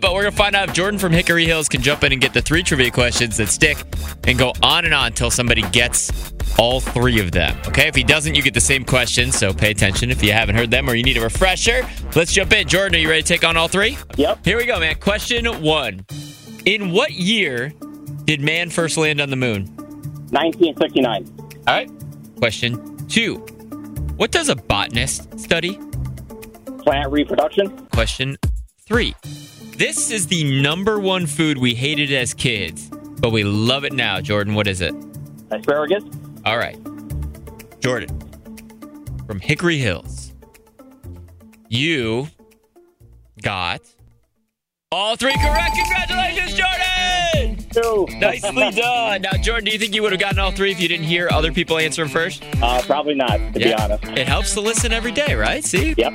But we're going to find out if Jordan from Hickory Hills can jump in and get the three trivia questions that stick and go on and on until somebody gets all three of them. Okay, if he doesn't, you get the same question. So pay attention if you haven't heard them or you need a refresher. Let's jump in. Jordan, are you ready to take on all three? Yep. Here we go, man. Question one In what year did man first land on the moon? 1969. All right. Question two What does a botanist study? Plant reproduction. Question three. This is the number one food we hated as kids, but we love it now. Jordan, what is it? Asparagus. All right. Jordan, from Hickory Hills, you got all three correct. Congratulations, Jordan! Two. Nicely done. Now, Jordan, do you think you would have gotten all three if you didn't hear other people answer them first? Uh, probably not, to be honest. It helps to listen every day, right? See? Yep.